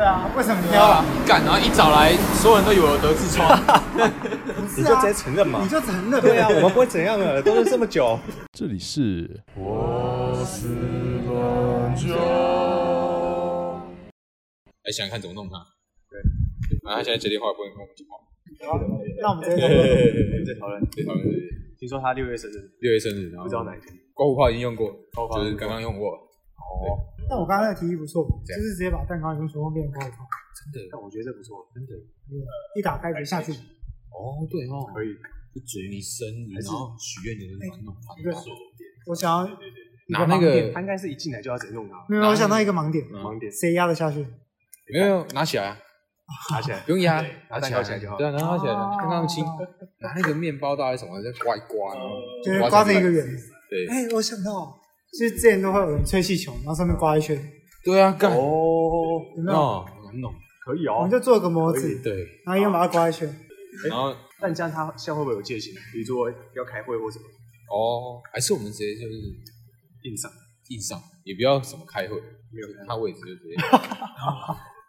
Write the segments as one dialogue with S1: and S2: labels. S1: 对啊，为什么挑啊？
S2: 干，然后一早来，所有人都以为我得痔疮。
S1: 不是
S3: 你
S1: 啊
S3: 就直接承认嘛
S1: 你。就承认
S3: 对啊，我们不会怎样 的，都是这么久。
S4: 这里是
S2: 还想看怎么弄他？对，然后他现在接电话不能跟我们讲话。
S1: 那我们直接
S3: 在讨论，
S2: 对，他们是
S3: 听说他六月生日，
S2: 六月生日，然后
S3: 不知道哪一天。
S2: 刮胡泡已经用过，
S3: 泡
S2: 就是刚刚用过。
S3: 哦，
S1: 但我刚刚那个提议不错，
S2: 这
S1: 就
S2: 样
S1: 是直接把蛋糕用全部变高潮，
S3: 但我觉得这不错，真的
S1: 一打开直接下去，一
S2: 哦，对哦
S3: 可以。
S2: 就至于你生日，然后许愿的那种方
S1: 个
S2: 式，
S1: 我想要
S2: 拿那个
S3: 他应该是一进来就要直接弄他，
S1: 没有，我想到一个盲点，
S2: 嗯
S3: 盲点
S1: 谁压得下去？
S2: 没有拿起来啊，
S3: 拿起来
S2: 不。用压
S3: 对，
S2: 拿
S3: 蛋糕起来就好
S2: 对啊，拿它起来
S1: 哦，
S2: 刚刚亲，拿那个面包刀还是什么，再刮一刮，然后
S1: 就是刮成一个圆。
S2: 对
S1: 哎、我想到，就是之前都会有人吹气球，然后上面刮一圈，
S2: 对啊，干
S3: 哦，
S1: 有没有？
S2: 哦，难弄，
S3: 可以
S1: 我
S3: 哦
S1: 们。就做个模子，
S2: 对，
S1: 然后一样把它刮一圈。
S2: 然后
S3: 但这样他现在会不会有戒心？比如说要开会或什么
S2: 哦，还是我们直接就是
S3: 硬上？
S2: 印上，也不要什么开会，
S3: 没有
S2: 他位置就直接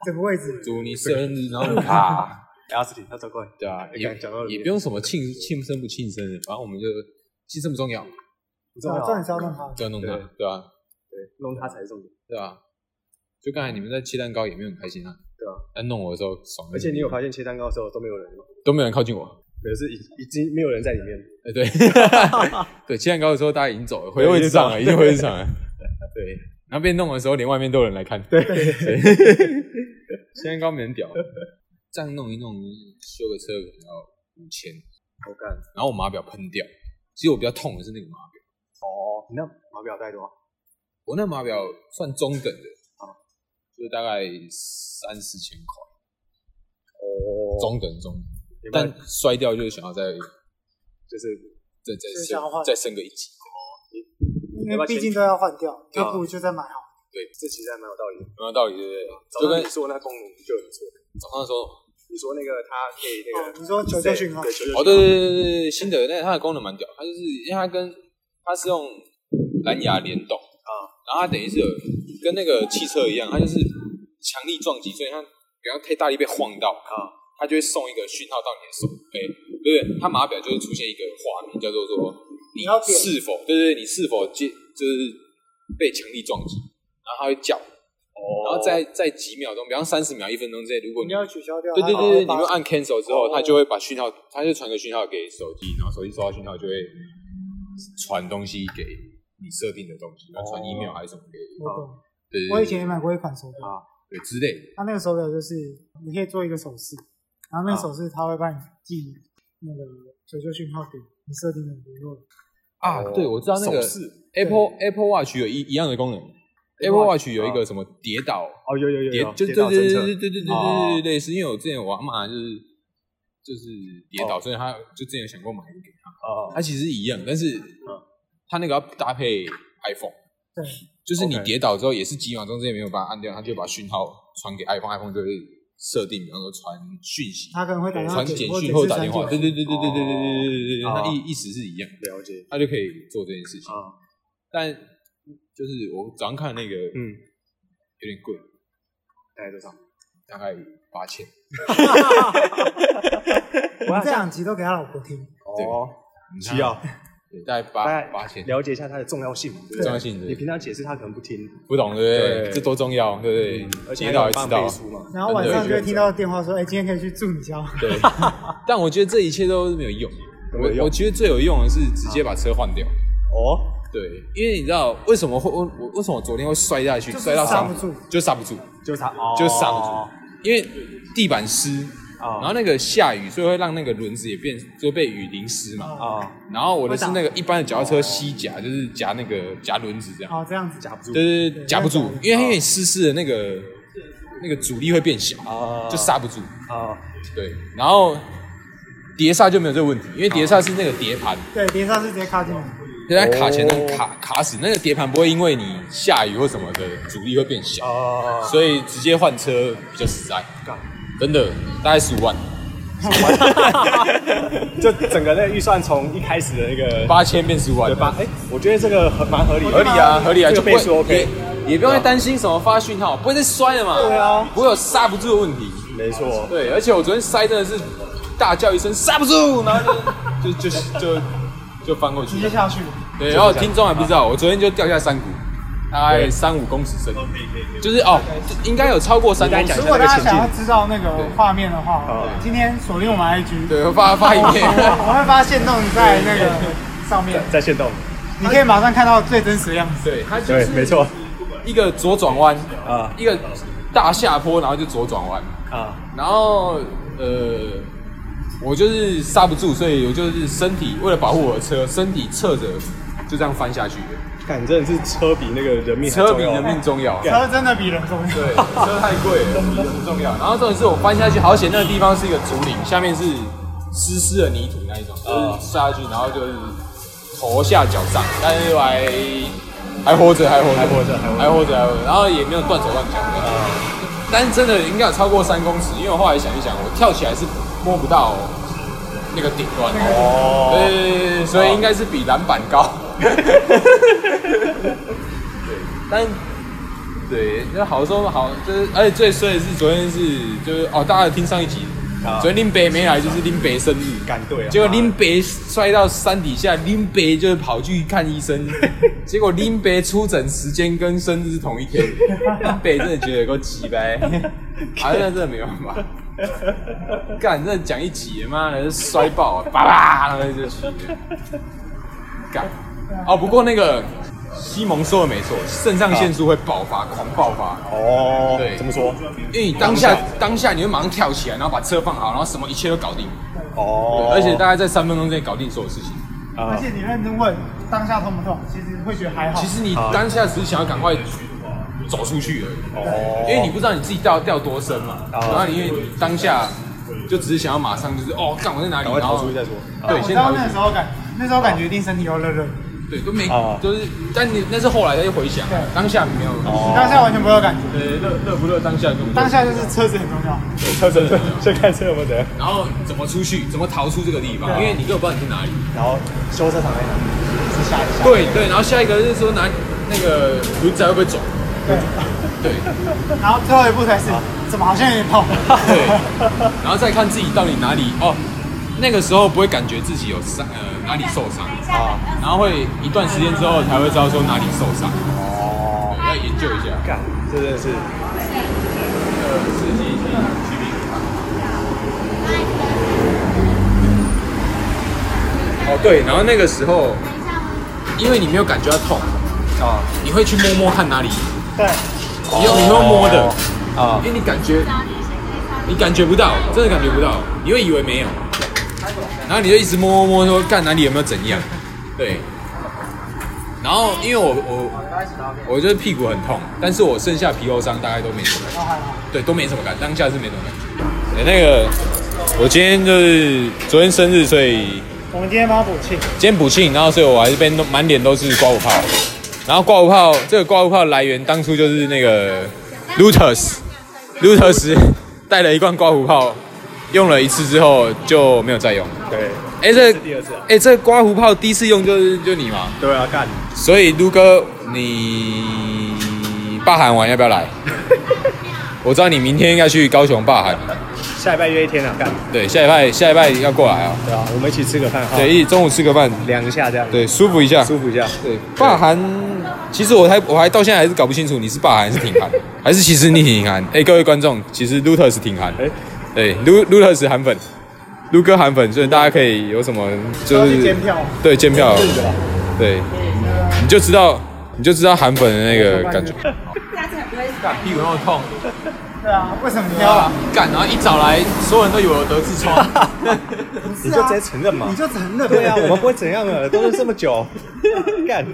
S1: 整个位置，
S2: 祝你生日，然 后啪，
S3: 哎阿斯汀，他走过来。
S2: 对啊，也
S3: 哎讲到
S2: 也不用什么庆庆生不庆生的，反正我们就庆生不重要，
S3: 不重
S1: 对啊
S3: 要，
S1: 重点是要让它
S2: 就要弄它
S3: 对，
S2: 对啊，
S3: 对，弄他才是重点。
S2: 对啊。就刚才你们在切蛋糕也没有很开心啊，
S3: 对啊，
S2: 但弄我的时候爽得很，
S3: 而且你有发现切蛋糕的时候都没有人吗？
S2: 都没有人靠近我，
S3: 可是已已经没有人在里面。
S2: 哎，对，对，切蛋糕的时候大家已经走了，回位置上了，已
S3: 已
S2: 经
S3: 经
S2: 回
S3: 回
S2: 位
S3: 位
S2: 置
S3: 置
S2: 上了。对，然后被弄的时候，连外面都有人来看。
S3: 对，
S2: 切蛋糕没人屌，这样弄一弄，修个车可能要五千，
S3: 我哦干，
S2: 然后我码表喷掉。其实我比较痛的是那个码表，
S3: 哦，你那码表带多少？
S2: 我那码表算中等的，就是大概三四千块，
S3: 哦，
S2: 中等中等，
S3: 有没有
S2: 但摔掉就是想要再
S3: 就是
S2: 再
S1: 就是
S2: 再
S1: 想要换
S2: 升再升个一级。
S1: 因为毕竟都要换掉，
S2: 对啊
S1: 要不就再买好。
S3: 这其实还蛮有道理的。
S2: 有没有道理？对不对？
S3: 早
S2: 就
S3: 上
S2: 跟
S3: 你说那功能就有错。
S2: 早上说
S3: 你说那个他可以那
S1: 哦，
S3: 个
S1: 你说求救讯号
S3: 对，求救讯号
S2: 哦，对对对对对，新的，但它的功能蛮屌，它就是因为它跟它是用蓝牙联动啊，然后它等于是有跟那个汽车一样，它就是强力撞击，所以它不要太大力被晃到啊，它就会送一个讯号到你的手，哎，对不对？它码表就会出现一个画面，叫做说你
S1: 你要点
S2: 是否对对对，你是否接就是被强力撞击，然后它会叫，哦然后
S3: 哦
S2: 在在几秒钟，比方三十秒、一分钟之内，如果
S1: 你
S2: 你哦
S1: 要取消掉。
S2: 对
S1: 它
S2: 对
S1: 好
S2: 对
S1: 好
S2: 对，你
S1: 把
S2: 们按 cancel 之后，
S3: 哦
S2: 它就会把讯号，它就传个讯号给手机，然后手机收到讯号就会传东西给你设定的东西，然后传
S3: 哦
S2: email 还是什么给你，
S1: 我懂。
S2: 对对
S1: 我以
S2: 对
S1: 前也买过一款手表，
S3: 啊
S2: 对之类的。
S1: 它那个手表就是你可以做一个手势，然后那个
S3: 啊
S1: 手势它会帮你记那个求救讯号给你设定的联络。
S2: 啊，对，我知道那个
S3: 手势
S2: Apple Apple Watch 有一一样的功能，Apple
S3: Apple
S2: Watch 啊
S3: Watch，
S2: 有一个什么跌倒
S3: 哦，有有有
S2: 跌
S3: 有，，
S2: 就
S3: 跌
S2: 对
S3: 倒
S2: 对对
S3: 侦测
S2: 对对对对对对，类似，因为我之前我阿妈就是就是跌倒，所以她就之前有想过买一个给嗯她，
S3: 哦，
S2: 哦它其实一样，但是它那个要搭配 iPhone。
S1: 对，
S2: 就是你
S3: OK
S2: 跌倒之后，也是几秒钟之内没有把它按掉，它就把讯号传给 iPhone，iPhone 就会设定，比方说传讯息、
S1: 它可能会打电话
S2: 传
S1: 给
S2: 简
S1: 你，或者
S2: 讯
S1: 是
S2: 或
S1: 传
S2: 打电话，
S1: 简
S2: 对
S1: 讯
S2: 对对对对对对对对对对，
S3: 哦
S2: 它意意思是一样，
S3: 了解
S2: 它就可以做这件事情。
S3: 啊，
S2: 但就是我早上看那个，嗯，
S3: 嗯，
S2: 有点贵，
S3: 大概多少？
S2: 大概八千。
S1: 我们这两集都给他老婆听，
S3: 哦，需
S2: 看
S3: 要
S2: 对，大概
S3: 大
S2: 八
S3: 概
S2: 八千，
S3: 了解一下它的重要性嘛，对不对
S2: 重要性对
S3: 你平常解释他可能不听，
S2: 不懂对不对？
S3: 对嗯
S2: 这多重要，对不
S3: 而
S2: 对？跌
S3: 且还
S2: 倒
S3: 有
S2: 也知
S3: 帮
S2: 道
S3: 背，书嘛，
S1: 然后晚上就会听到电话说：“哎，今天可以去住你家吗。
S2: 对。 但我觉得这一切都没有用，
S3: 都没有
S2: 我
S3: 用啊
S2: 我觉得最有用的是直接把车换掉。
S3: 哦，
S2: 对，因为你知道为什么会我我为什么我昨天会摔下去，
S1: 就是
S2: 摔到
S1: 刹
S2: 伤
S1: 不住
S2: 就刹不住，
S3: 就他哦，
S2: 就刹不住，因为地板湿，
S3: 啊
S2: 然后那个下雨，所以会让那个轮子也变就被雨淋湿嘛。
S3: 啊，哦
S2: 然后我的是那个一般的脚踏车吸夹，就是夹那个夹轮子这”样，
S1: 好，哦这样子
S3: 夹不住，
S2: 对对对，
S1: 对
S2: 夹不住
S1: 那种，
S2: 因为它因为你湿湿的那个那个阻力会变小，
S3: 啊，
S2: 就刹不住。
S3: 啊，
S2: 对，然后碟刹就没有这个问题，因为碟刹是那个碟盘。
S1: 对，碟刹是直接卡进来，
S2: 就在卡钳上卡卡死，那个碟盘不会因为你下雨或什么的阻力会变小，
S3: 哦，
S2: 所以直接换车比较实在，真的，大概十五万，
S3: 就整个那个预算从一开始的那个
S2: 八千变十五万
S3: 哎对，吧？哎，我觉得这个很蛮合理的，
S2: 合理啊，合理啊，
S3: 这
S2: 就
S3: 个
S2: 不会
S3: 倍数 OK，
S2: 也也不用再担心什么发讯号，不会再摔了嘛。
S4: 对啊，
S2: 不会有刹不住的问题。
S3: 没错，
S2: 对，而且我昨天塞真的是大叫一声刹不住，然后就 就就就就翻过去
S1: 直接。下去，
S2: 对，然后听众还不知道，我昨天就掉下山谷，大概三五公尺深，就是哦，应该有超过三公
S3: 应该
S2: 尺
S3: 讲
S1: 如。果大家想要知道那个画面的话
S3: 对，
S1: 今天锁定我们 IG，
S2: 对，我发发影 片。
S3: 哦
S1: 我我会发现弄在那个上面，
S3: 在线动，
S1: 你可以马上看到最真实的样子。
S2: 对，它就
S3: 对，没
S2: 是
S3: 错，
S2: 一个左转弯，
S3: 啊
S2: 一个大下坡，然后就左转弯，
S3: 啊，
S2: 然后呃，我就是刹不住，所以我就是身体为了保护我的车，身体侧着就这样翻下去的，
S3: 感真的是车比那个人命还
S2: 车
S3: 重
S2: 比
S3: 要
S2: 人命重要。
S1: 车真的比人重
S2: 对，
S1: 要。
S2: 车太贵了，很重要。然后重点是我翻下去，好险那个地方是一个竹林，下面是湿湿的泥土那一种，
S3: 嗯
S2: 就是下去，然后就是头下脚上，但是我还还活着，还活着，
S3: 还活着还活着嗯
S2: 还活着，还活着，然后也没有断手断脚的。但是真的应该有超过三公尺，因为我后来想一想，我跳起来是摸不到那个顶端，
S3: 哦
S2: 对对对对对，所以应该是比篮板 高。但对，那好说好，就是而且最衰的是昨天是就是哦，大家有听上一集，
S3: 啊
S2: 昨天林北没来，就是林北生日，
S3: 敢对啊
S2: 结果林北摔到山底下，林北就是跑去看医生，结果林北出诊时间跟生日是同一天，林北真的觉得有够鸡掰，好像真的没办法。干，这讲一集，妈的摔爆，叭叭，然后就去了。干，哦，不过那个西蒙说的没错，肾上腺素会爆发，狂爆发。
S3: 哦，
S2: 对
S3: 怎么说？
S2: 因为你当下当下你会马上跳起来，然后把车放好，然后什么一切都搞定，对
S3: 哦，
S2: 而且大概在三分钟之内搞定所有事情。
S3: 啊
S1: 而且你认真问当下痛不痛，其实会觉得还好。
S2: 其实你
S3: 好
S2: 当下只是想要赶快走出去而已，
S3: 哦
S2: 因为你不知道你自己掉掉多深嘛，
S3: 哦
S2: 然后你因为你当下就只是想要马上就是哦，干我在哪里，
S3: 赶快
S2: 然后
S3: 逃出去再说。啊
S2: 对
S1: 我
S2: 先
S1: 知
S2: 逃
S1: 道
S2: 出去
S1: 那时候感，那时候感觉一定身体又热热的，
S2: 对都没
S3: 哦
S2: 就是，但你那是后来再去回想
S1: 对，
S2: 当下没有，
S1: 你
S3: 哦
S1: 当下完全不会有感觉。
S2: 呃，热热不热当下根本就
S1: 当下就是车子很重要，
S3: 车子，先看车有没有怎样，
S2: 然后怎么出去，怎么逃出这个地方，
S1: 对
S2: 因为你根本不知道你去哪里。
S3: 然后修车厂在哪？是下一下。
S2: 对对，然后下一个是说拿那个轮子还会不会转？
S1: 对。
S2: 对
S1: 然后最后一步才是，怎么好像有点痛？
S2: 对， 然后再看自己到底哪里哦。那个时候不会感觉自己有伤，呃，哪里受伤啊，然后会一段时间之后才会知道说哪里受伤，
S3: 哦，
S2: 对要研究一下。
S3: 干，这真的是
S2: 呃，刺激一下去冰场。哦，对，然后那个时候，因为你没有感觉到痛，
S3: 啊
S2: 你会去摸摸看哪里，
S1: 对，
S2: 你又你会摸的，
S3: 啊
S2: 因为你感觉，你感觉不到，真的感觉不到，你会以为没有，然后你就一直摸摸摸说，干哪里有没有怎样？对。然后因为我我我就是屁股很痛，但是我剩下皮肉伤大概都没什么感觉，对，都没什么感，当下是没什么感觉。对，那个我今天就是昨天生日，所以
S1: 我们今天帮他补气，
S2: 今天补庆，然后所以我还是被弄满脸都是刮胡泡。然后刮胡泡这个刮胡泡来源当初就是那个 Lutus Lutus 带了一罐刮胡泡，用了一次之后就没有再用了。
S3: 对，
S2: 哎，这
S3: 这是第二次啊
S2: 哎这刮胡泡第一次用就是就你嘛，
S3: 对啊，干，
S2: 所以卢哥你霸喊完要不要 来？我知道你明天要去高雄霸喊，
S3: 下礼拜约一天啊，干，
S2: 对，下礼拜下礼拜要过来啊、
S3: 对啊，我们一起吃个饭哈，
S2: 对，，一起中午吃个饭，
S3: 量一下这样，，
S2: 对，舒服一下，
S3: 舒服一下，
S2: 对，霸韩，其实我还我还到现在还是搞不清楚你是霸韩还是挺韩，还是其实你挺韩。哎、各位观众，其实 Lutus 挺韩，
S3: 哎
S2: 对，Lu Lutus 韩粉，卢哥韩粉，所以大家可以有什么就
S1: 都去
S2: 是
S1: 监票，
S2: 对监票，
S3: 是的吧，
S2: 对，你就知道你就知道韩粉的那个感觉。
S5: 下次很不会
S2: 干屁股那么痛，
S1: 对啊，为什么挑啊？
S2: 干，然后一早来，所有人都以为我得痔疮。
S3: 你就直接承认嘛
S1: 你，就承认
S3: 对啊，我们不会怎样的，都是这么 久，干，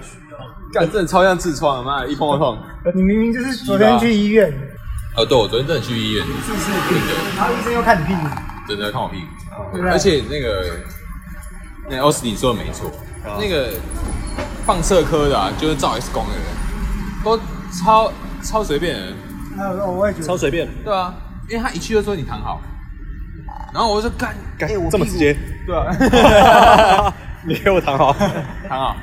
S2: 干，真的超像痔疮，妈的，一碰就痛。
S1: 你明明就是昨天去医院，
S2: 哦，对，我昨天真的去医院，
S1: 是不是？然后医生又看你屁股，
S2: 真的看我屁股。
S1: 对不
S2: 而
S1: 对？
S2: 且那个，那奥斯汀说的没错，那个放射科的、啊，就是照 X 光的人，都超超随便的，
S1: 呃，我也觉
S3: 超
S1: 得，
S3: 随便，
S2: 对啊，因为他一去就说你躺好，然后我就说干
S3: 干，这么直接，
S2: 对啊，
S3: 你给我躺好，
S2: 躺好，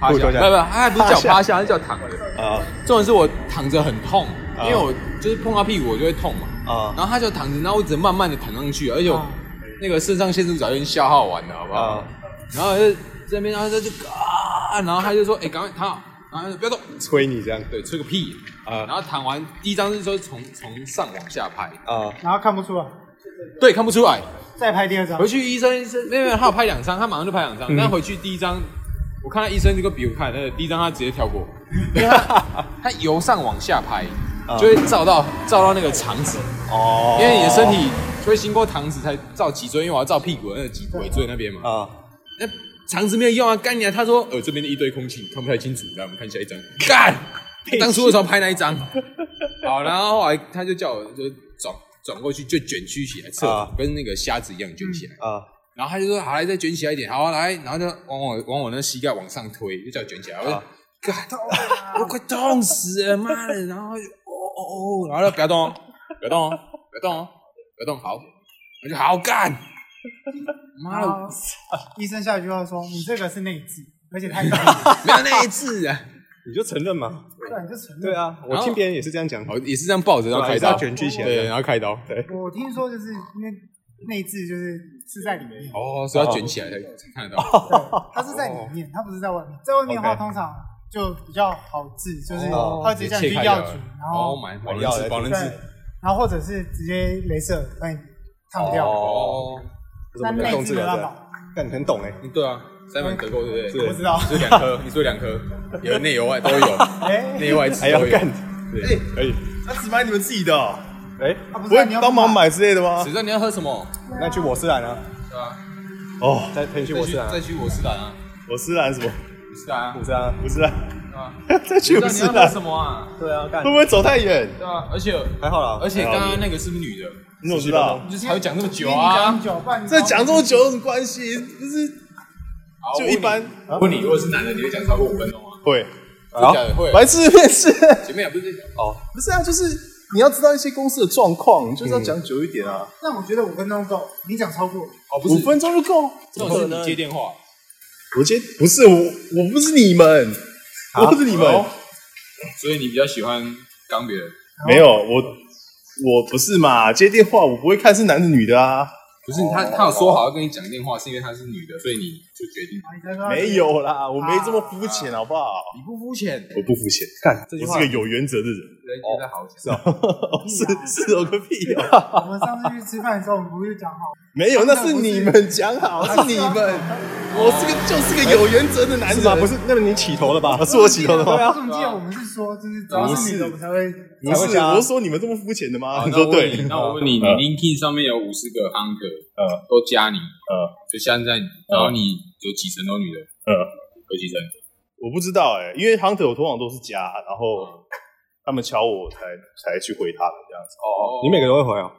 S2: 趴
S4: 裤
S2: 下，
S4: 脱
S2: 没
S4: 下
S2: 有没有，他不是叫趴下，他是叫躺着。
S4: 啊
S2: 重点是我躺着很痛，因
S4: 啊
S2: 为我就是碰到屁股我就会痛嘛。
S4: 啊
S2: 然后他就躺着，然后我只能慢慢的躺上去，而且我
S1: 啊
S2: 那个肾上腺素早就已经消耗完了，好不好？
S4: 啊！
S2: 然后就这边，然后他就啊，然后他就说：“哎，赶快躺好，然后他就不要动。”
S4: 催你这样
S2: 对，吹个屁。然
S4: 啊
S2: 后躺完第一张是说从从上往下拍，
S4: 啊
S1: 然后看不出来，
S2: 对，看不出来。
S1: 再拍第二张
S2: 回，去医生医生没有没有，他有拍两张，他马上就拍两
S4: 嗯
S2: 张。但回去第一张，我看他医生这个比我看那个第一张他直接跳 过，因为他他由上往下拍，
S4: 啊
S2: 就会照到照到那个肠子，
S4: 哦
S2: 因为你的身体就会经过肠子才照脊椎，因为我要照屁股的那个脊尾椎那边嘛。
S4: 啊
S2: 那肠子没有用啊，干你啊！他说，呃，这边的一堆空气看不太清楚，来我们看下一张。 干，当初为什么拍那一张？好，然后后来他就叫我就转转过去，就卷曲起来，侧
S4: 啊
S2: 跟那个虾子一样卷起来。
S4: 啊
S2: 然后他就说，好来再卷起来一点，好、啊、来，然后就往我往我那膝盖往上推，就叫我卷起来。我就
S4: 啊
S2: 干痛啊，我快痛死了，妈的！然后就哦哦哦，然后就不要动哦，不要动哦，不要动哦，不要动，好，我就好干。妈
S1: 然
S2: 的，
S1: 后医生下一句话说：“你这个是内痔，而且太严重，
S2: 没有那一次啊。
S4: 你就承认嘛？
S1: 对，你就承认。”
S4: 对，啊，我听别人也是这样讲。
S2: 好，哦也是这样抱着，然后开刀，
S4: 对啊也是要卷曲起来
S2: 对，然后开刀，对，
S1: 我听说就是因为内痔就是是在里 面，
S2: 哦，是要卷起来才才看得到，
S1: 对，它是在里面，它不是在外面。在外面的话，
S4: OK
S1: 通常就比较好治，就是
S4: 哦
S1: 他直接叫你去药局，然
S2: 哦，
S1: 后
S2: 买
S4: 买
S2: 保
S4: 药
S2: 能治，
S4: 来
S2: 保能
S1: 对
S2: 治，，
S1: 然后或者是直接镭射把你烫掉。
S2: 哦，
S1: 但内痔没办法，
S4: 但你很懂哎，
S2: 对啊，三门得过对不对？
S1: 嗯我不知道。
S2: 是两 颗，你说两颗，有内有外都有，
S1: 哎，
S2: 内外吃
S4: 还要
S2: 都有
S4: 干。？
S2: 对，
S4: 可以，
S3: 他只买你们自己的哦，
S4: 哎，
S1: 啊不
S4: 不
S1: 是啊
S4: 会
S1: 你要
S4: 帮忙买之类的吗
S2: 谁？知道你要喝什么？
S4: 那去我斯兰啊，
S2: 对啊，
S4: 哦，再陪你去
S2: 再
S4: 我
S2: 去
S4: 斯
S2: 再
S4: 兰，
S2: 去我斯兰啊，
S4: 我斯兰什么？
S2: 我斯兰啊
S4: 我，斯兰，我斯 兰，
S2: 对啊，
S4: 再去
S2: 谁知
S4: 我
S2: 道
S4: 斯
S2: 你要
S4: 兰
S2: 喝，什么啊？
S4: 对啊，干会不会走太远？
S2: 对啊，而且
S4: 还好啦，
S2: 而且
S4: 还好
S2: 刚刚那个是不是女的？
S4: 你怎么知道？
S2: 你就是还会讲那么
S1: 因
S2: 久
S1: 为你讲
S2: 啊
S1: 很？久，不然你
S4: 这讲这么久有什么关系？不是
S2: 好
S4: 就一。般
S2: 我问你我问你，如果是男的，你会讲超过五分钟吗？啊
S4: 会，
S2: 真假的会
S4: 白痴面试
S2: 前面也不是在讲
S4: 哦， 不是啊，就是你要知道一些公司的状况，你就是要讲久一点啊，
S1: 但我觉得五分钟够，你讲超过，
S2: 哦，不
S4: 五
S2: 是，
S4: 分钟就够。
S2: 这种是你接电话，
S4: 我接不是我，我不是你们，我不是你们，
S2: 哦所以你比较喜欢刚别人，
S4: 没有我，我不是嘛？接电话我不会看是男的女的啊，
S2: 不是他他有说好要跟你讲电话，是因为他是女的，所以你就决定
S1: 你才说
S4: 没有啦，我没这么肤浅，好不好？
S2: 你不肤浅，
S4: 我不肤浅，看
S2: 这
S4: 我
S2: 句话
S4: 是个有原则的人，
S2: 哦人觉得好讲。
S4: 哦是是有个屁啊！
S1: 我们上次去吃饭的时候，我们不是讲好，
S4: 没有，那是你们讲好，是你们，我是个就是个有原则的男人，
S5: 是吧？不是，那你起头了吧？
S4: 啊是我起头的吗？
S1: 我怎么记得我们是说，就是只要是女的，我们才 会
S4: 不
S5: 才会
S4: 是，
S5: 加
S4: 我是说你们这么肤浅的吗？
S2: 好
S4: 你
S2: 那
S4: 说
S2: 我问你
S4: 对，
S2: 那我问你，你
S4: 嗯
S2: LinkedIn 上面有五十个 hunter，
S4: 呃
S2: 都加你，
S4: 呃
S2: 就现在，然后你有几成都女的，
S4: 呃，
S2: 有几成？
S4: 我不知道哎、因为 hunter 我通常都是加，然后他们敲我才才去回他们这样子，
S2: 哦
S5: 你每个都会回啊？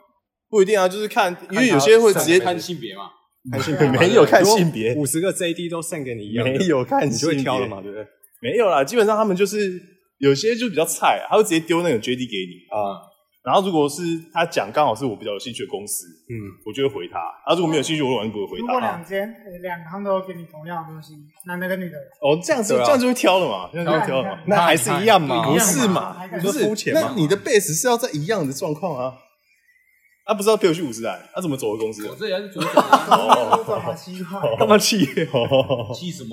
S4: 不一定啊，就是看，因为有些会直接
S2: 哦看性别嘛，
S4: 看性别，没有看性
S3: 哎
S4: 别，
S5: 五十个 JD 都送给你一样的，
S4: 没有看
S5: 你
S4: 性
S5: 就
S4: 别，
S5: 会挑了嘛，对不对？
S4: 没有啦，基本上他们就是有些就比较菜、他会直接丢那个 JD 给你
S5: 啊，
S4: 然后如果是他讲刚好是我比较有兴趣的公司，
S5: 嗯，
S4: 我就会回他；，啊他如果没有兴趣，我完全不会回
S1: 如
S4: 他
S1: 果。两间呃两行都给你同样的东西，男的跟女的，
S4: 哦，这样子、
S5: 对啊
S4: 这样就会挑了嘛，这样就会挑了嘛。
S5: 那还是一样嘛，
S1: 一
S4: 不
S1: 样
S4: 是
S1: 嘛
S4: 嘛？
S1: 还敢
S4: 不是
S5: 说肤浅嘛
S4: 那你的 base 是要在一样的状况啊。他不是要陪我去五十兰，他怎么走回公司？啊
S2: 我这也是主角，
S4: 哦
S1: 都转好奇 怪。
S4: 干嘛 气？哦
S2: 气什么？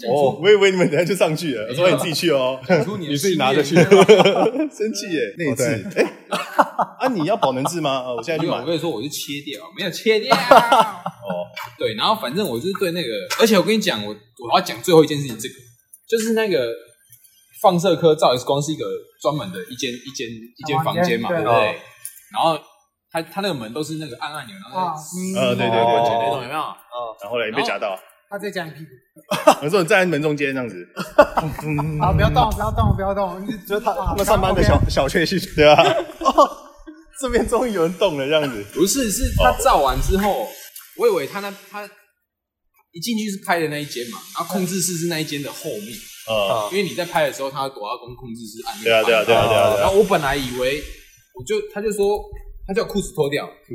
S2: 讲
S4: 哦，
S2: 出
S4: 我以为你们等下就上去了，我说你自己去哦，
S2: 讲 出你的
S5: 你自己
S2: 信
S5: 拿着
S2: 念
S5: 去
S4: 生 气耶，
S5: 内置
S4: 哎，啊，你要保能治吗？哦我现在
S2: 没
S4: 就
S2: 有，
S4: 买
S2: 我。跟你说，我就切掉，没有切掉。哦，对，然后反正我就是对那个，而且我跟你讲，我我要讲最后一件事情，这个就是那个放射科照 X 光是一个专门的一间一间一间房间嘛，
S1: 房间
S2: 对不对？然后它它那个门都是那个按按钮，然后
S1: 啊，你
S4: 呃，对对对
S2: 对
S4: 对
S2: 那
S4: 对
S2: 种
S4: 对
S2: 有。没有？
S4: 然后嘞，你被夹到，
S1: 他再讲一屁股。
S4: 我说你站在门中间这样子，
S3: 嗯
S1: 好，不要动，不要动，不要动。你
S4: 就是他
S1: 啊
S4: 他们上班的小小确幸，对啊。 哦这边终于有人动了，这样 子。
S2: 不是，是他照完之后，我以为他那他一进去是拍的那一间嘛，然后控制室是那一间的后面。
S4: 呃，
S2: 因为你在拍的时候，他躲到公控制室按那个
S4: 对啊对啊对啊对啊对啊
S2: 然后我本来以为，我就他就说，他叫我裤子脱掉，嗯，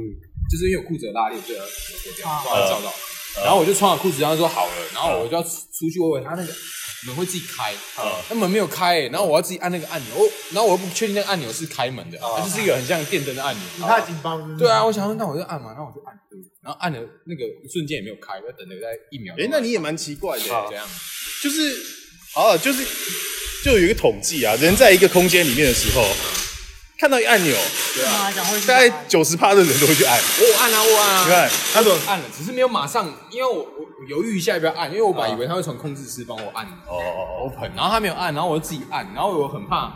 S2: 就是因为我裤子有拉链，对啊，我脱掉，
S1: 啊
S2: 不然照到。然后我就穿好裤子，然后说好了，然后我就要出出去问问他那个，门会自己开，
S4: 啊
S2: 那门没有开、欸，然后我要自己按那个按钮，哦，然后我又不确定那个按钮是开门的，它就是一个很像电灯的按钮。
S1: 你怕警报是不是？
S2: 对啊，，我想说那我就按嘛，那我就按，然后按了那个一瞬间也没有开，我就等了大概一秒钟。
S4: 哎、那你也蛮奇怪的、
S2: 怎样？啊，
S4: 就是啊，就是就有一个统计啊，人在一个空间里面的时候，看到一按钮，
S1: 啊，讲会
S4: 大概九十趴的人都会去哦按。
S2: 我按啊，我按啊，
S4: 你看，他说
S2: 按了，只是没有马上，因为我我我犹豫一下要不要按，因为我本来以为他会从控制室帮我按
S4: 哦哦
S2: open，然后他没有按，然后我就自己按，然后我很怕，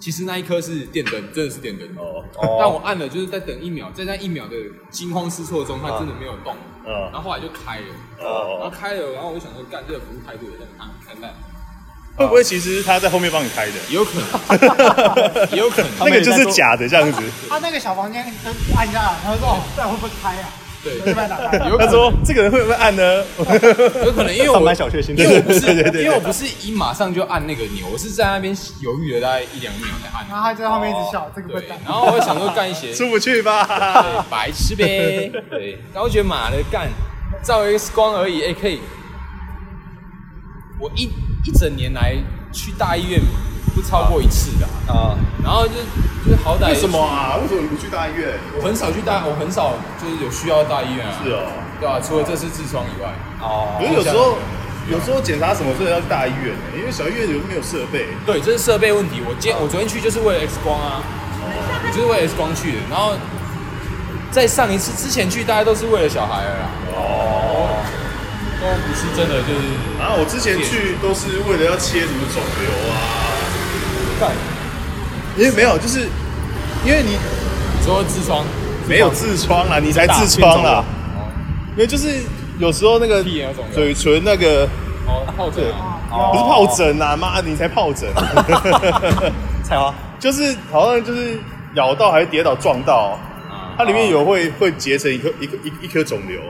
S2: 其实那一颗是电灯，真的是电灯
S4: 哦哦，
S2: 但我按了就是在等一秒，在那一秒的惊慌失措中，它真的没有动，然
S4: 嗯
S2: 后后来就开了，然后
S4: 哦，
S2: 开了，然后我就想说，干这个服务态度也很看看看，
S4: 会不会其实是他在后面帮你开的？
S2: 也有可能， 也有可能，
S4: 那个就是假的这 样子。
S1: 他那个小房间灯按一下，然后说哦，这样会不会开啊？
S2: 对，
S1: 这边打开。
S2: 有可
S4: 他
S2: 能
S4: 说这个人会不会按呢？
S2: 有可能，因为
S3: 上
S2: 我
S3: 班小确幸，
S2: 因为我不是，
S4: 对对对对
S2: 因为我不是一马上就按那个钮，我是在那边犹豫了大概一两秒才
S1: 然
S2: 按。
S1: 后他就在后面一直笑，这个
S2: 对
S1: 笨蛋，。
S2: 然后我想说干一些
S4: 出不去吧？
S2: 对白痴呗，对，然后我觉得妈的干，照 X 光而已，哎、可以，我一一整年来去大医院不超过一次的啊、
S3: 啊，
S2: 然后就就是好歹
S4: 为什么啊？为什么你不去大医院？
S2: 我很少去大，我很少就是有需要大医院啊，
S4: 是哦，
S2: 对吧、除了这次痔疮以外，
S3: 哦，
S4: 可是有时候有时候检查什么真的要去大医院，因为小医院有时候没有设备。
S2: 对，这是设备问题。我今天我昨天去就是为了 X 光啊，我就是为了 X 光去的。然后在上一次之前去，大家都是为了小孩了啦，
S4: 哦。
S2: 都不是真的就是
S4: 啊，我之前去都是为了要切什么肿瘤啊，
S2: 干，
S4: 因为没有，就是因为你
S2: 说痔疮
S4: 没有痔疮啊啦，你才痔疮啦，
S2: 啊
S4: 没有，就是有时候那个
S2: 屁眼有肿瘤
S4: 嘴唇那个
S2: 哦，疱疹啊，
S4: 不是疱疹啊，妈，你才 疱疹，
S3: 菜花
S4: 就是好像就是咬到还是跌倒撞到，
S2: 啊
S4: 它里
S2: 哦
S4: 面有会会结成一颗一颗一一颗肿瘤，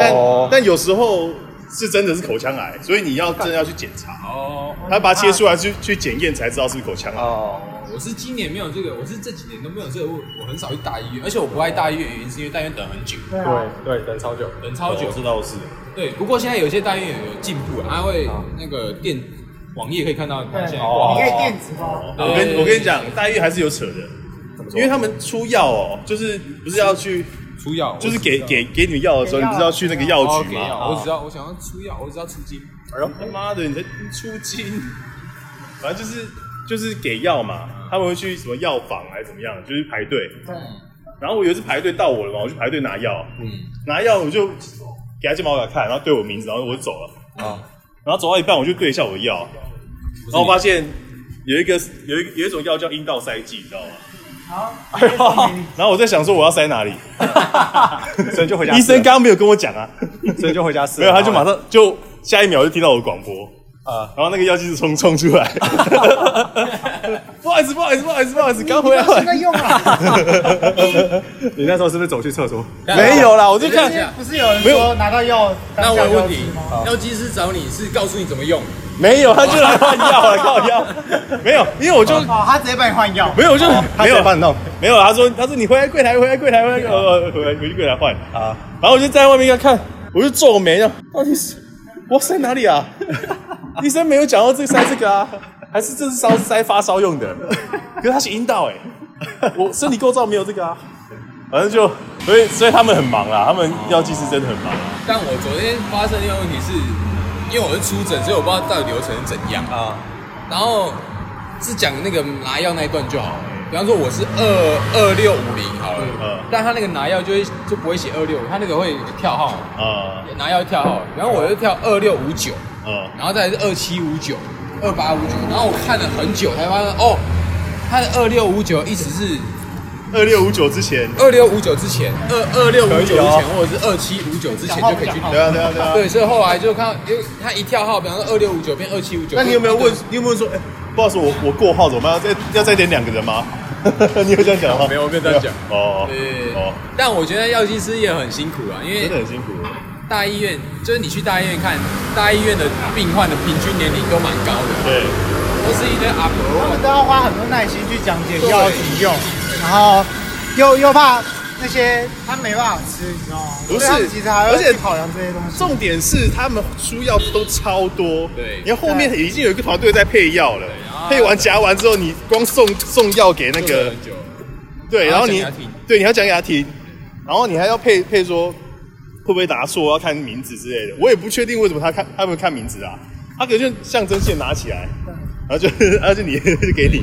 S4: 但
S3: 哦，
S4: 但有时候是真的是口腔癌，所以你要真的要去检查，
S2: 哦，
S4: 他把它切出来去去检验才知道是不是口腔癌。
S3: 哦，
S2: 我是今年没有这个，我是这几年都没有这个，我我很少去大医院，而且我不爱大医院，原因是因为大医院等很久，
S1: 对啊，
S3: 对对，等超久，
S2: 等超久。
S4: 倒哦是。
S2: 对，不过现在有些大医院有进步啊了，它会
S4: 啊
S2: 那个电网页可以看到它
S1: 对，
S2: 现在
S3: 哦
S1: 你可以电子包，
S4: 我跟我跟你讲，大医还是有扯的，因为他们出药哦，就是不是要去，
S2: 出药，
S4: 就是
S2: 我知
S4: 给
S2: 道
S4: 给给你药的时候，
S1: 给药
S4: 你不是要去那个药
S2: 哦
S4: 局
S2: 给
S4: 吗？
S2: 药，我只要我想要出药，我只要出金，
S4: 哎呦他妈的，你才出金，反正就是就是给药嘛，他们会去什么药房还是怎么样，就是排队。
S1: 对，
S4: 然后我有一次排队到我了嘛，我去排队拿药，
S2: 嗯，
S4: 拿药我就给他睫毛卡看，然后对我名字，然后我就走了。
S3: 啊，
S4: 然后走到一半我就对一下我的药，然后我发现有一个有一有一种药叫阴道塞剂，你知道吗？哦
S1: 好，哎
S4: 然后我在想说我要塞哪 里，
S3: 所以就回家。
S4: 医生刚，刚没有跟我讲 啊，
S3: 所以就回家试了。
S4: 没有，他就马上就下一秒就听到我的广播，
S3: 啊，
S4: 然后那个药剂师冲冲出来， 不好意思，不好意思，不好意思，不好意思，刚回来，
S1: 现在 用啊了。
S3: 你那时候是不是走去厕所？
S4: 没有啦，我就
S2: 看
S4: 看
S2: 一，下。
S1: 不是有人说拿到药，
S2: 那
S1: 当
S2: 我
S1: 下
S2: 有
S1: 就要
S2: 问
S1: 吃
S2: 题
S1: 吗？，
S2: 药剂师找你是告诉你怎么用，
S4: 没有，他就来换药了，靠 药，没有，因为我就
S1: 哦，他直接帮你换药，
S4: 没有，我就
S3: 他
S4: 没
S3: 直
S4: 有
S3: 接，帮你弄
S4: 没有，他说他说你回来柜台，回来柜台，回来柜台呃回来回去柜台换，
S3: 啊，
S4: 然后我就在外面看，我就皱眉啊，到底是我塞哪里 啊？医生没有讲到这塞这个啊，还是这是烧塞发烧用的？可是它是阴道哎、我身体构造没有这个啊。反正就所以所以他们很忙啦，他们药剂师真的很忙啊。
S2: 但我昨天发生另外一个问题是，因为我是出诊，所以我不知道到底流程是怎样。
S3: 啊
S2: 然后是讲那个拿药那一段就好了。比方说我是二二六五零好了，
S4: 嗯
S2: 但他那个拿药就会就不会写二六，他那个会跳号，
S4: 啊
S2: 拿药跳号，然后我就跳二六五九，
S4: 啊
S2: 然后再来是二七五九、二八五九，然后我看了很久才发现哦，他的二六五九一直是
S4: 二六五九之前，
S2: 二六五九之前，二二六五九之
S4: 可以哦
S2: 前，或者是二七五九之前就可以去
S4: 对啊对啊对啊。
S2: 对，所以后来就看到，因为他一跳号，比方说二六五九变二七五九，
S4: 那你有没有问？你有没有说，哎、不好意思，我我过号怎么办？要再要再点两个人吗？ 你有这样讲吗？
S2: 没有没有这样讲
S4: 哦。
S2: 对
S4: 哦，
S2: 但我觉得药剂师也很辛苦啊，因
S4: 真的
S2: 为
S4: 很辛苦。
S2: 大医院就是你去大医院看，大医院的病患的平均年龄都蛮高的，
S4: 对。
S2: 都是一堆阿伯
S1: 他们
S2: 哦。
S1: 都要花很多耐心去讲解药怎么用，然后又又怕那些他没办法吃，你知道吗？
S4: 不是
S1: 所以他们其实还要
S4: 而且
S1: 去考量这些东西。
S4: 重点是他们输药都超多，
S2: 对
S4: 你看后面已经有一个团队在配药了，配完夹完之后，你光送送药给那个，
S2: 很久，
S4: 对，然
S2: 然
S4: 后
S2: 后
S4: 你
S2: 讲给他听
S4: 对你还要讲给他听，然后你还要配配说会不会答错，要看名字之类的，我也不确定为什么他看他们看名字啊，他可能就象征性拿起来，然后就 然后就你就给你，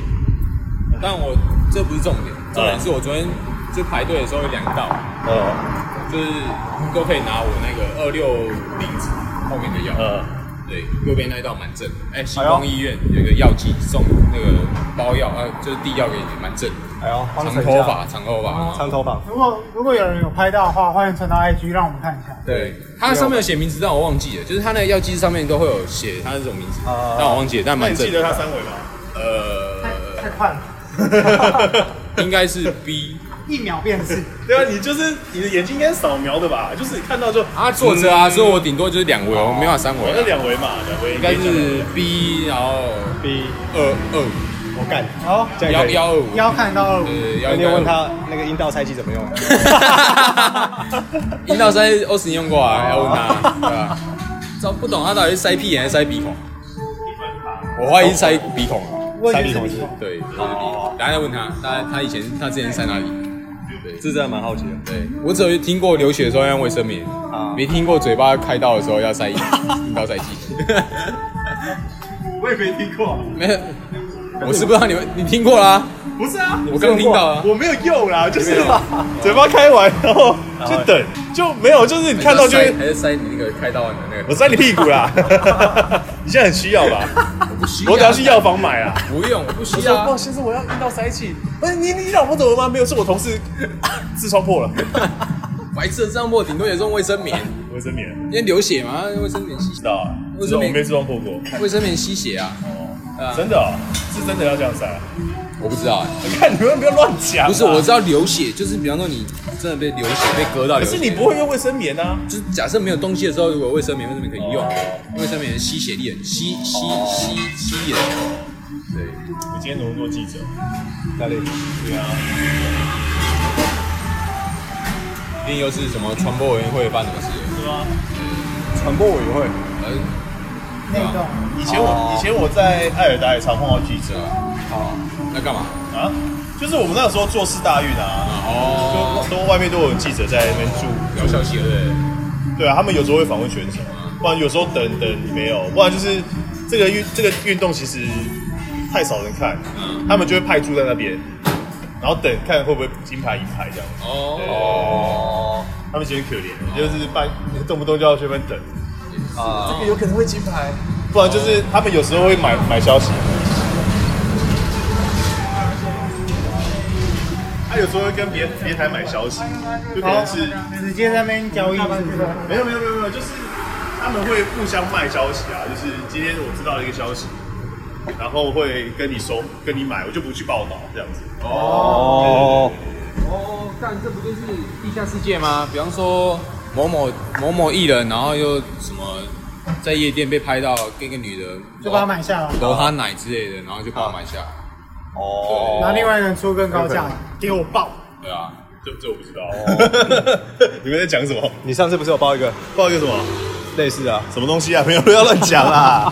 S2: 但我这不是重点，重点是我昨天就排队的时候有两道，
S4: 呃
S2: 就是都可以拿我那个二六零后面的药，
S4: 呃，
S2: 对，右边那一道蛮正的。哎、星光医院有一个药剂送那个包药，呃，就是递药给你，蛮正的。
S3: 哎呦，帮
S2: 长
S3: 陈
S2: 头
S3: 家，
S2: 发，长头发，
S3: 长头发，
S1: 如果如果有人有拍到的话，欢迎传到 IG 让我们看一下。
S2: 对，它上面有写名字，但我忘记了，就是它那个药剂上面都会有写它是什么名字，
S3: 啊
S2: 但我忘记了，但
S4: 那
S2: 蛮
S4: 你记
S2: 正
S4: 得
S2: 的。
S4: 他三围 吗？
S1: 太
S2: 呃，
S1: 快了，
S2: 应该是 B
S1: 一秒变质。
S4: 对啊，你就是你的眼睛应该是扫描的吧，就是看到就
S2: 啊，坐着啊，所以我顶多就是两维，我没法三维
S4: 哦我那
S2: 啊，
S4: 两围嘛，两围
S2: 应该是 B，然后
S3: B，
S2: 二二五
S3: 我干，
S1: 好，
S3: 这样
S2: 幺
S3: 可
S2: 呃
S3: 以。
S2: 幺二五，
S1: 腰看到了，
S2: 呃幺
S3: 你
S2: 幺二
S3: 有 问
S2: 五。
S3: 他那个阴道拆机怎么用？
S2: 阴道塞二十年用过啊，要问他，对吧？这不懂他到底是塞屁眼还是塞鼻孔？我怀疑是塞鼻孔啊，
S1: 我
S3: 塞
S1: 也
S3: 鼻
S1: 觉得
S3: 孔
S1: 是
S3: 是
S1: 鼻孔。
S2: 对，就是鼻孔。大家问他，他他以前他之前塞哪里？
S3: 这真的蛮好奇的。
S2: 对我只有听过流血的时候要用卫生棉，
S3: 啊
S2: 没听过嘴巴开刀的时候要塞 阴道塞剂。
S3: 我也没听过，
S2: 没有，我是不知道你们你听过啦，
S4: 不是啊，
S2: 我刚听到啊。
S4: 我没有用哦啦，就是嘴巴开完，然后就等，就没有，就是你看到就会，
S2: 还是塞你那个开刀的那个
S4: 我，塞你屁股 啦。你现在很需要吧？我等下去药房买啊。
S2: 不用，我不需要啊。
S4: 先生，我要阴道塞气。哎，你你老婆怎么了吗？没有，是我同事 痔疮破了，
S2: 白色帐破顶多也是用卫生棉，
S4: 卫生棉。
S2: 因为流血嘛，卫生棉吸
S4: 知道啊，
S2: 卫生棉
S4: 我没痔疮破过，
S2: 卫生棉吸血啊，对啊
S4: 真的哦，是真的要这样塞啊。
S2: 我不知道欸，
S4: 看你们不要乱讲啊。
S2: 不是我知道流血，就是比方说你真的被流血被割到
S4: 可
S2: 流血，
S4: 是你不会用卫生棉啊。
S2: 就是假设没有东西的时候，如果有卫生棉，卫生棉可以用，卫生棉的吸血力很吸吸吸吸人，对，
S4: 你今天怎么做记者？
S3: 哪里？
S2: 一定又是什么传播委员会发生什么事了？
S3: 传播委员会。
S2: 呃，
S1: 内洞，
S4: 以前我以前我在艾尔达也常碰到记者啊
S2: 那干嘛？
S4: 啊，就是我们那时候做事大运啊，
S2: 哦，
S4: 都外面都有记者在那边住，
S2: 聊消息了，对
S4: 对啊，他们有时候会访问选手，不然有时候等等没有，不然就是这个运这个运动其实太少人看，他们就会派驻在那边，然后等看会不会金牌银牌这样，
S2: 哦，
S4: 他们其实很可怜，就是半动不动就要去那边等，
S3: 啊，
S4: 有可能会金牌，不然就是他们有时候会买买消息，他有时候会跟别别台买消息，就可能是。
S1: 直接在那边交易是不是？
S4: 没有没有没有没有，就是他们会互相卖消息啊，就是今天我知道了一个消息，然后会跟你收跟你买，我就不去报道这样子。
S3: 哦，
S2: 哦，干，这不就是地下世界吗？比方说某某某某艺人，然后又什么在夜店被拍到跟一个女的
S1: 就把它买下来，
S2: 揉她奶之类的，然后就把她买下来。
S3: 哦
S1: 然后另外一个人出更高
S4: 哦
S1: 价给我报，
S2: 对啊，
S4: 这这我不知
S2: 哦
S4: 道， 你们在讲什么？
S3: 你上次不是有报一个
S4: 报一个什么
S3: 类似的？
S4: 什么东西啊？没有，不要乱讲 啦。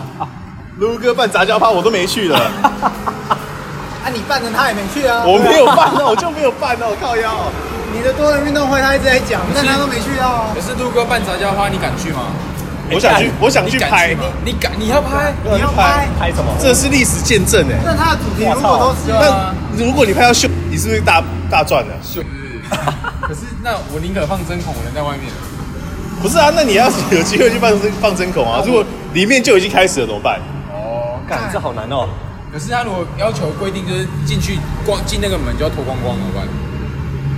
S4: 撸哥办杂交趴我都没去了，
S1: 啊，你办的他也没去啊，
S4: 我没有办啊，我就没有办啊，我靠腰。
S1: 你的多人运动会他一直在讲，但他都没去到啊
S2: 可。是陆哥办杂交花，你敢去吗？
S4: 我想去，我想
S2: 你
S4: 去
S2: 敢
S4: 拍，
S2: 吗你敢？你要拍？
S1: 你要拍，
S3: 拍什么？
S4: 这是历史见证哎。
S1: 但他的主题如果都是
S2: 啊
S4: 那如果你拍到秀，你是不是大大赚了？
S2: 是不是？ 可是那我宁可放针孔，我人在外面。
S4: 不是啊，那你要是有机会去放放针孔啊，如果里面就已经开始了怎么办？
S2: 哦，
S3: 干，这好难哦。
S2: 可是他如果要求规定就是进去光进那个门就要脱光光了，完。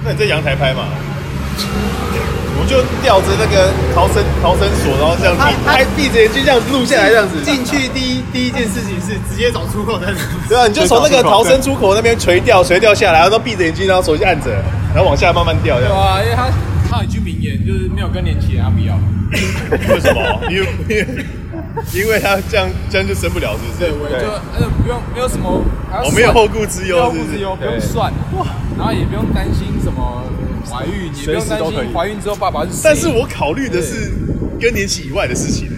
S4: 那你在阳台拍嘛？我们就吊着那个逃生逃生索，然后这样
S1: 他
S4: 闭
S1: 他
S4: 还闭着眼睛这样录下来，这样子。
S1: 进去第一第一件事情是直接找出口的人，
S4: 对啊，你就从那个逃生出口那边垂钓，垂钓下来，然后都闭着眼睛，然后手机按着，然后往下慢慢掉，这
S2: 对
S4: 样。
S2: 啊，因为他他有一句名言就是没有更年期的他不要。
S4: 为什么？因为因为因为他这样这样就生不了，是不
S2: 对，
S4: 是？
S2: 我就呃不用没有什么，还要
S4: 我没有
S2: 算
S4: 后顾之
S2: 不用
S4: 忧，
S2: 不
S4: 是不
S2: 自
S4: 是？
S2: 由，不用算，然后也不用担心什么怀孕，你不
S3: 随
S2: 用
S3: 时
S2: 担
S3: 都可以
S2: 心怀孕之后爸爸是谁。
S4: 但是我考虑的是更年期以外的事情。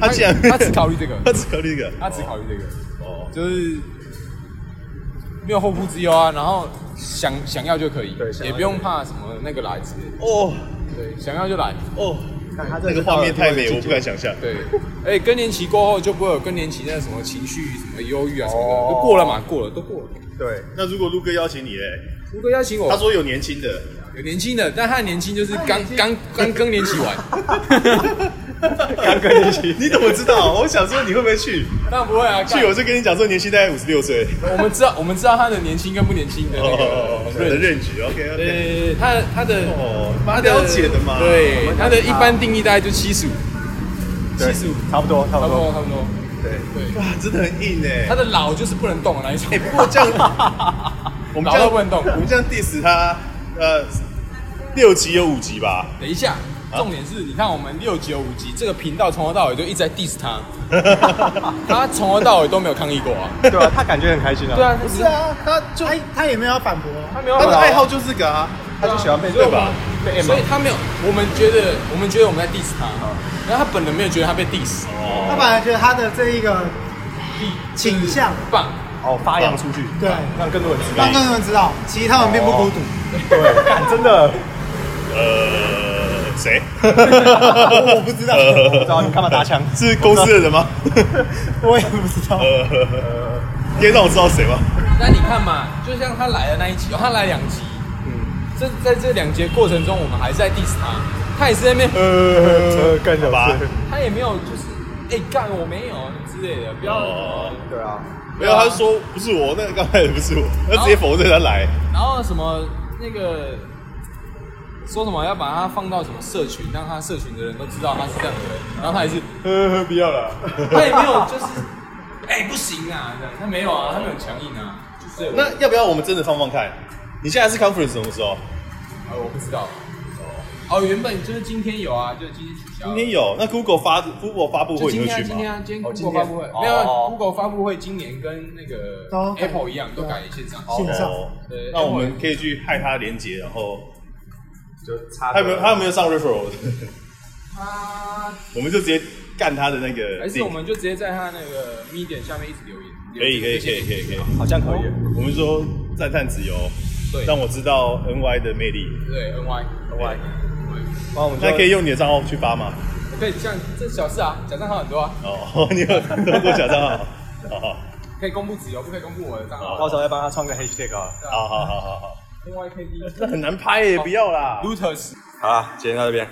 S4: 他
S2: 他
S4: 竟然
S2: 他只考虑这个，
S4: 他只考虑这个，
S2: 他只考虑这个，哦，就是没有后顾之忧啊，然后想想要就可以，
S6: 对想
S2: 也
S6: 要
S2: 不用怕什么那个来之类的，
S4: 哦
S2: 对，想要就来，
S4: 哦，
S6: 看他
S4: 那
S6: 这
S4: 个画面太美，我不敢想象。
S2: 对， 而且更年期过后就不会有更年期那什么情绪什么忧郁啊什么的，就过了嘛，过了都过了。
S6: 对，
S4: 那如果陆哥邀请你嘞，
S2: 如果邀请我，
S4: 他说有年轻的，
S2: 有年轻的，但他的年轻就是刚刚刚更年期 完，
S3: 刚跟你一起，
S4: 你怎么知道？我想说你会不会去？
S2: 那不会啊，
S4: 去我就跟你讲说年薪大概五十六岁，
S2: 我们知道我们知道他的年轻跟不年轻的那
S4: 哦，
S2: 个
S4: 我的
S2: 对
S4: 认知 OK
S2: 对
S4: OK，
S2: 对，对他的他的。
S4: 哦，蛮了解的嘛，，
S2: 对，它的一般定义大概就七十五，七十五，
S3: 差不多，差
S2: 差
S3: 不
S2: 不
S3: 多。
S2: 多，
S4: 哦
S2: 差不多。对，
S4: 哇，真的很硬哎
S2: 它。的老就是不能动的那一种
S4: 哎，，不过这 样，我们
S2: 老到
S4: 这样
S2: 不 能动。
S4: 我们这样 diss 他，呃，六集有五集吧？
S2: 等一下，
S4: 啊
S2: 重点是你看我们六九五集这个频道从头到尾就一直在 diss 他， 他从头到尾都没有抗议过啊。
S3: 对啊，他感觉很开心啊。
S2: 对，啊，
S4: 不是啊，他就
S1: 他他也没有要反驳啊，
S2: 他没有
S4: 他的爱好就是这个啊，
S3: 他就喜欢被
S2: 对
S3: 对吧？
S2: 吧？所以他没有，我们觉得我们觉得我们在 diss 他，然后他本人没有觉得他被 diss，
S1: 他反而觉得他的这一个倾向，
S2: 棒，
S3: 哦，发扬出去，
S1: 对
S3: 让更多人知道
S1: 让。更多人知道，其实他们并不孤独。
S3: 对，干真的，
S4: 呃，谁？
S1: 我不知道
S3: 我不知道你干嘛打枪？
S4: 是公司的人吗？
S1: 我也不知道，
S4: 呃，可以让我知道谁吗？
S2: 那你看嘛，就像他来的那一集，哦、他来两集，嗯，这在这两集的过程中，我们还是在 diss 他，他也是在那边，
S3: 呃，干什
S4: 吧
S3: 么？
S2: 他也没有就是，哎、干我没有之类的，不要。
S4: 哦
S3: 对啊，
S4: 没有，他就说不是我，那个刚开始不是我，他直接否认他来。
S2: 然后什么那个说什么要把他放到什么社群，让他社群的人都知道他是这样的人，然后他也是，
S3: 呃，不要了。
S2: 他也没有就是，哎、不行啊，这样他没有啊，他没有强硬啊，就是
S4: 那要不要我们真的放放看？你现在是 conference 什么时候？
S2: 呃我不知道，哦，原本就是今天有啊，就是今天取消了，
S4: 今天有，那 Google 发 Google 发布
S2: 就
S4: 会
S2: 今
S4: 你会
S2: 天啊，
S4: 去
S2: 今天啊，
S4: 吗？
S2: 今天
S3: 哦今
S2: Google
S3: 天
S2: 发布会，没
S3: 哦
S2: 有 Google 发布会，今年跟那
S1: 都
S2: 个
S1: 改
S2: Apple 一样，都改线上。
S1: 线上
S4: 哦
S2: 对
S4: 那我们可以去害他连接，然后
S6: 就差
S4: 他有没有他有没有上 referral？
S2: 他
S4: 我们就直接干他的那个
S2: 还是
S4: link。
S2: 我们就直接在他那个 Medium 下面一直留言。
S4: 可以可以可以可以可以，
S3: 好像可以。
S4: 我们说赞叹子由，
S2: 对
S4: 让我知道 NY 的魅力。
S2: 对 NY NY，
S3: 帮我们
S4: 那可以
S3: 用
S4: 用你的账号去发吗？
S2: 可以像这小事啊，假账号很多啊，
S4: 哦， 你有多多小账号？哦好好
S2: 可以公布自由，不可以公布我的账号。
S3: 到时候再帮他创个 hashtag 啊。
S4: 好好好好好，
S2: NYKD 哦
S4: 那很难拍耶，不要啦。
S2: Lutus，
S3: 啊好啦，今天到这边。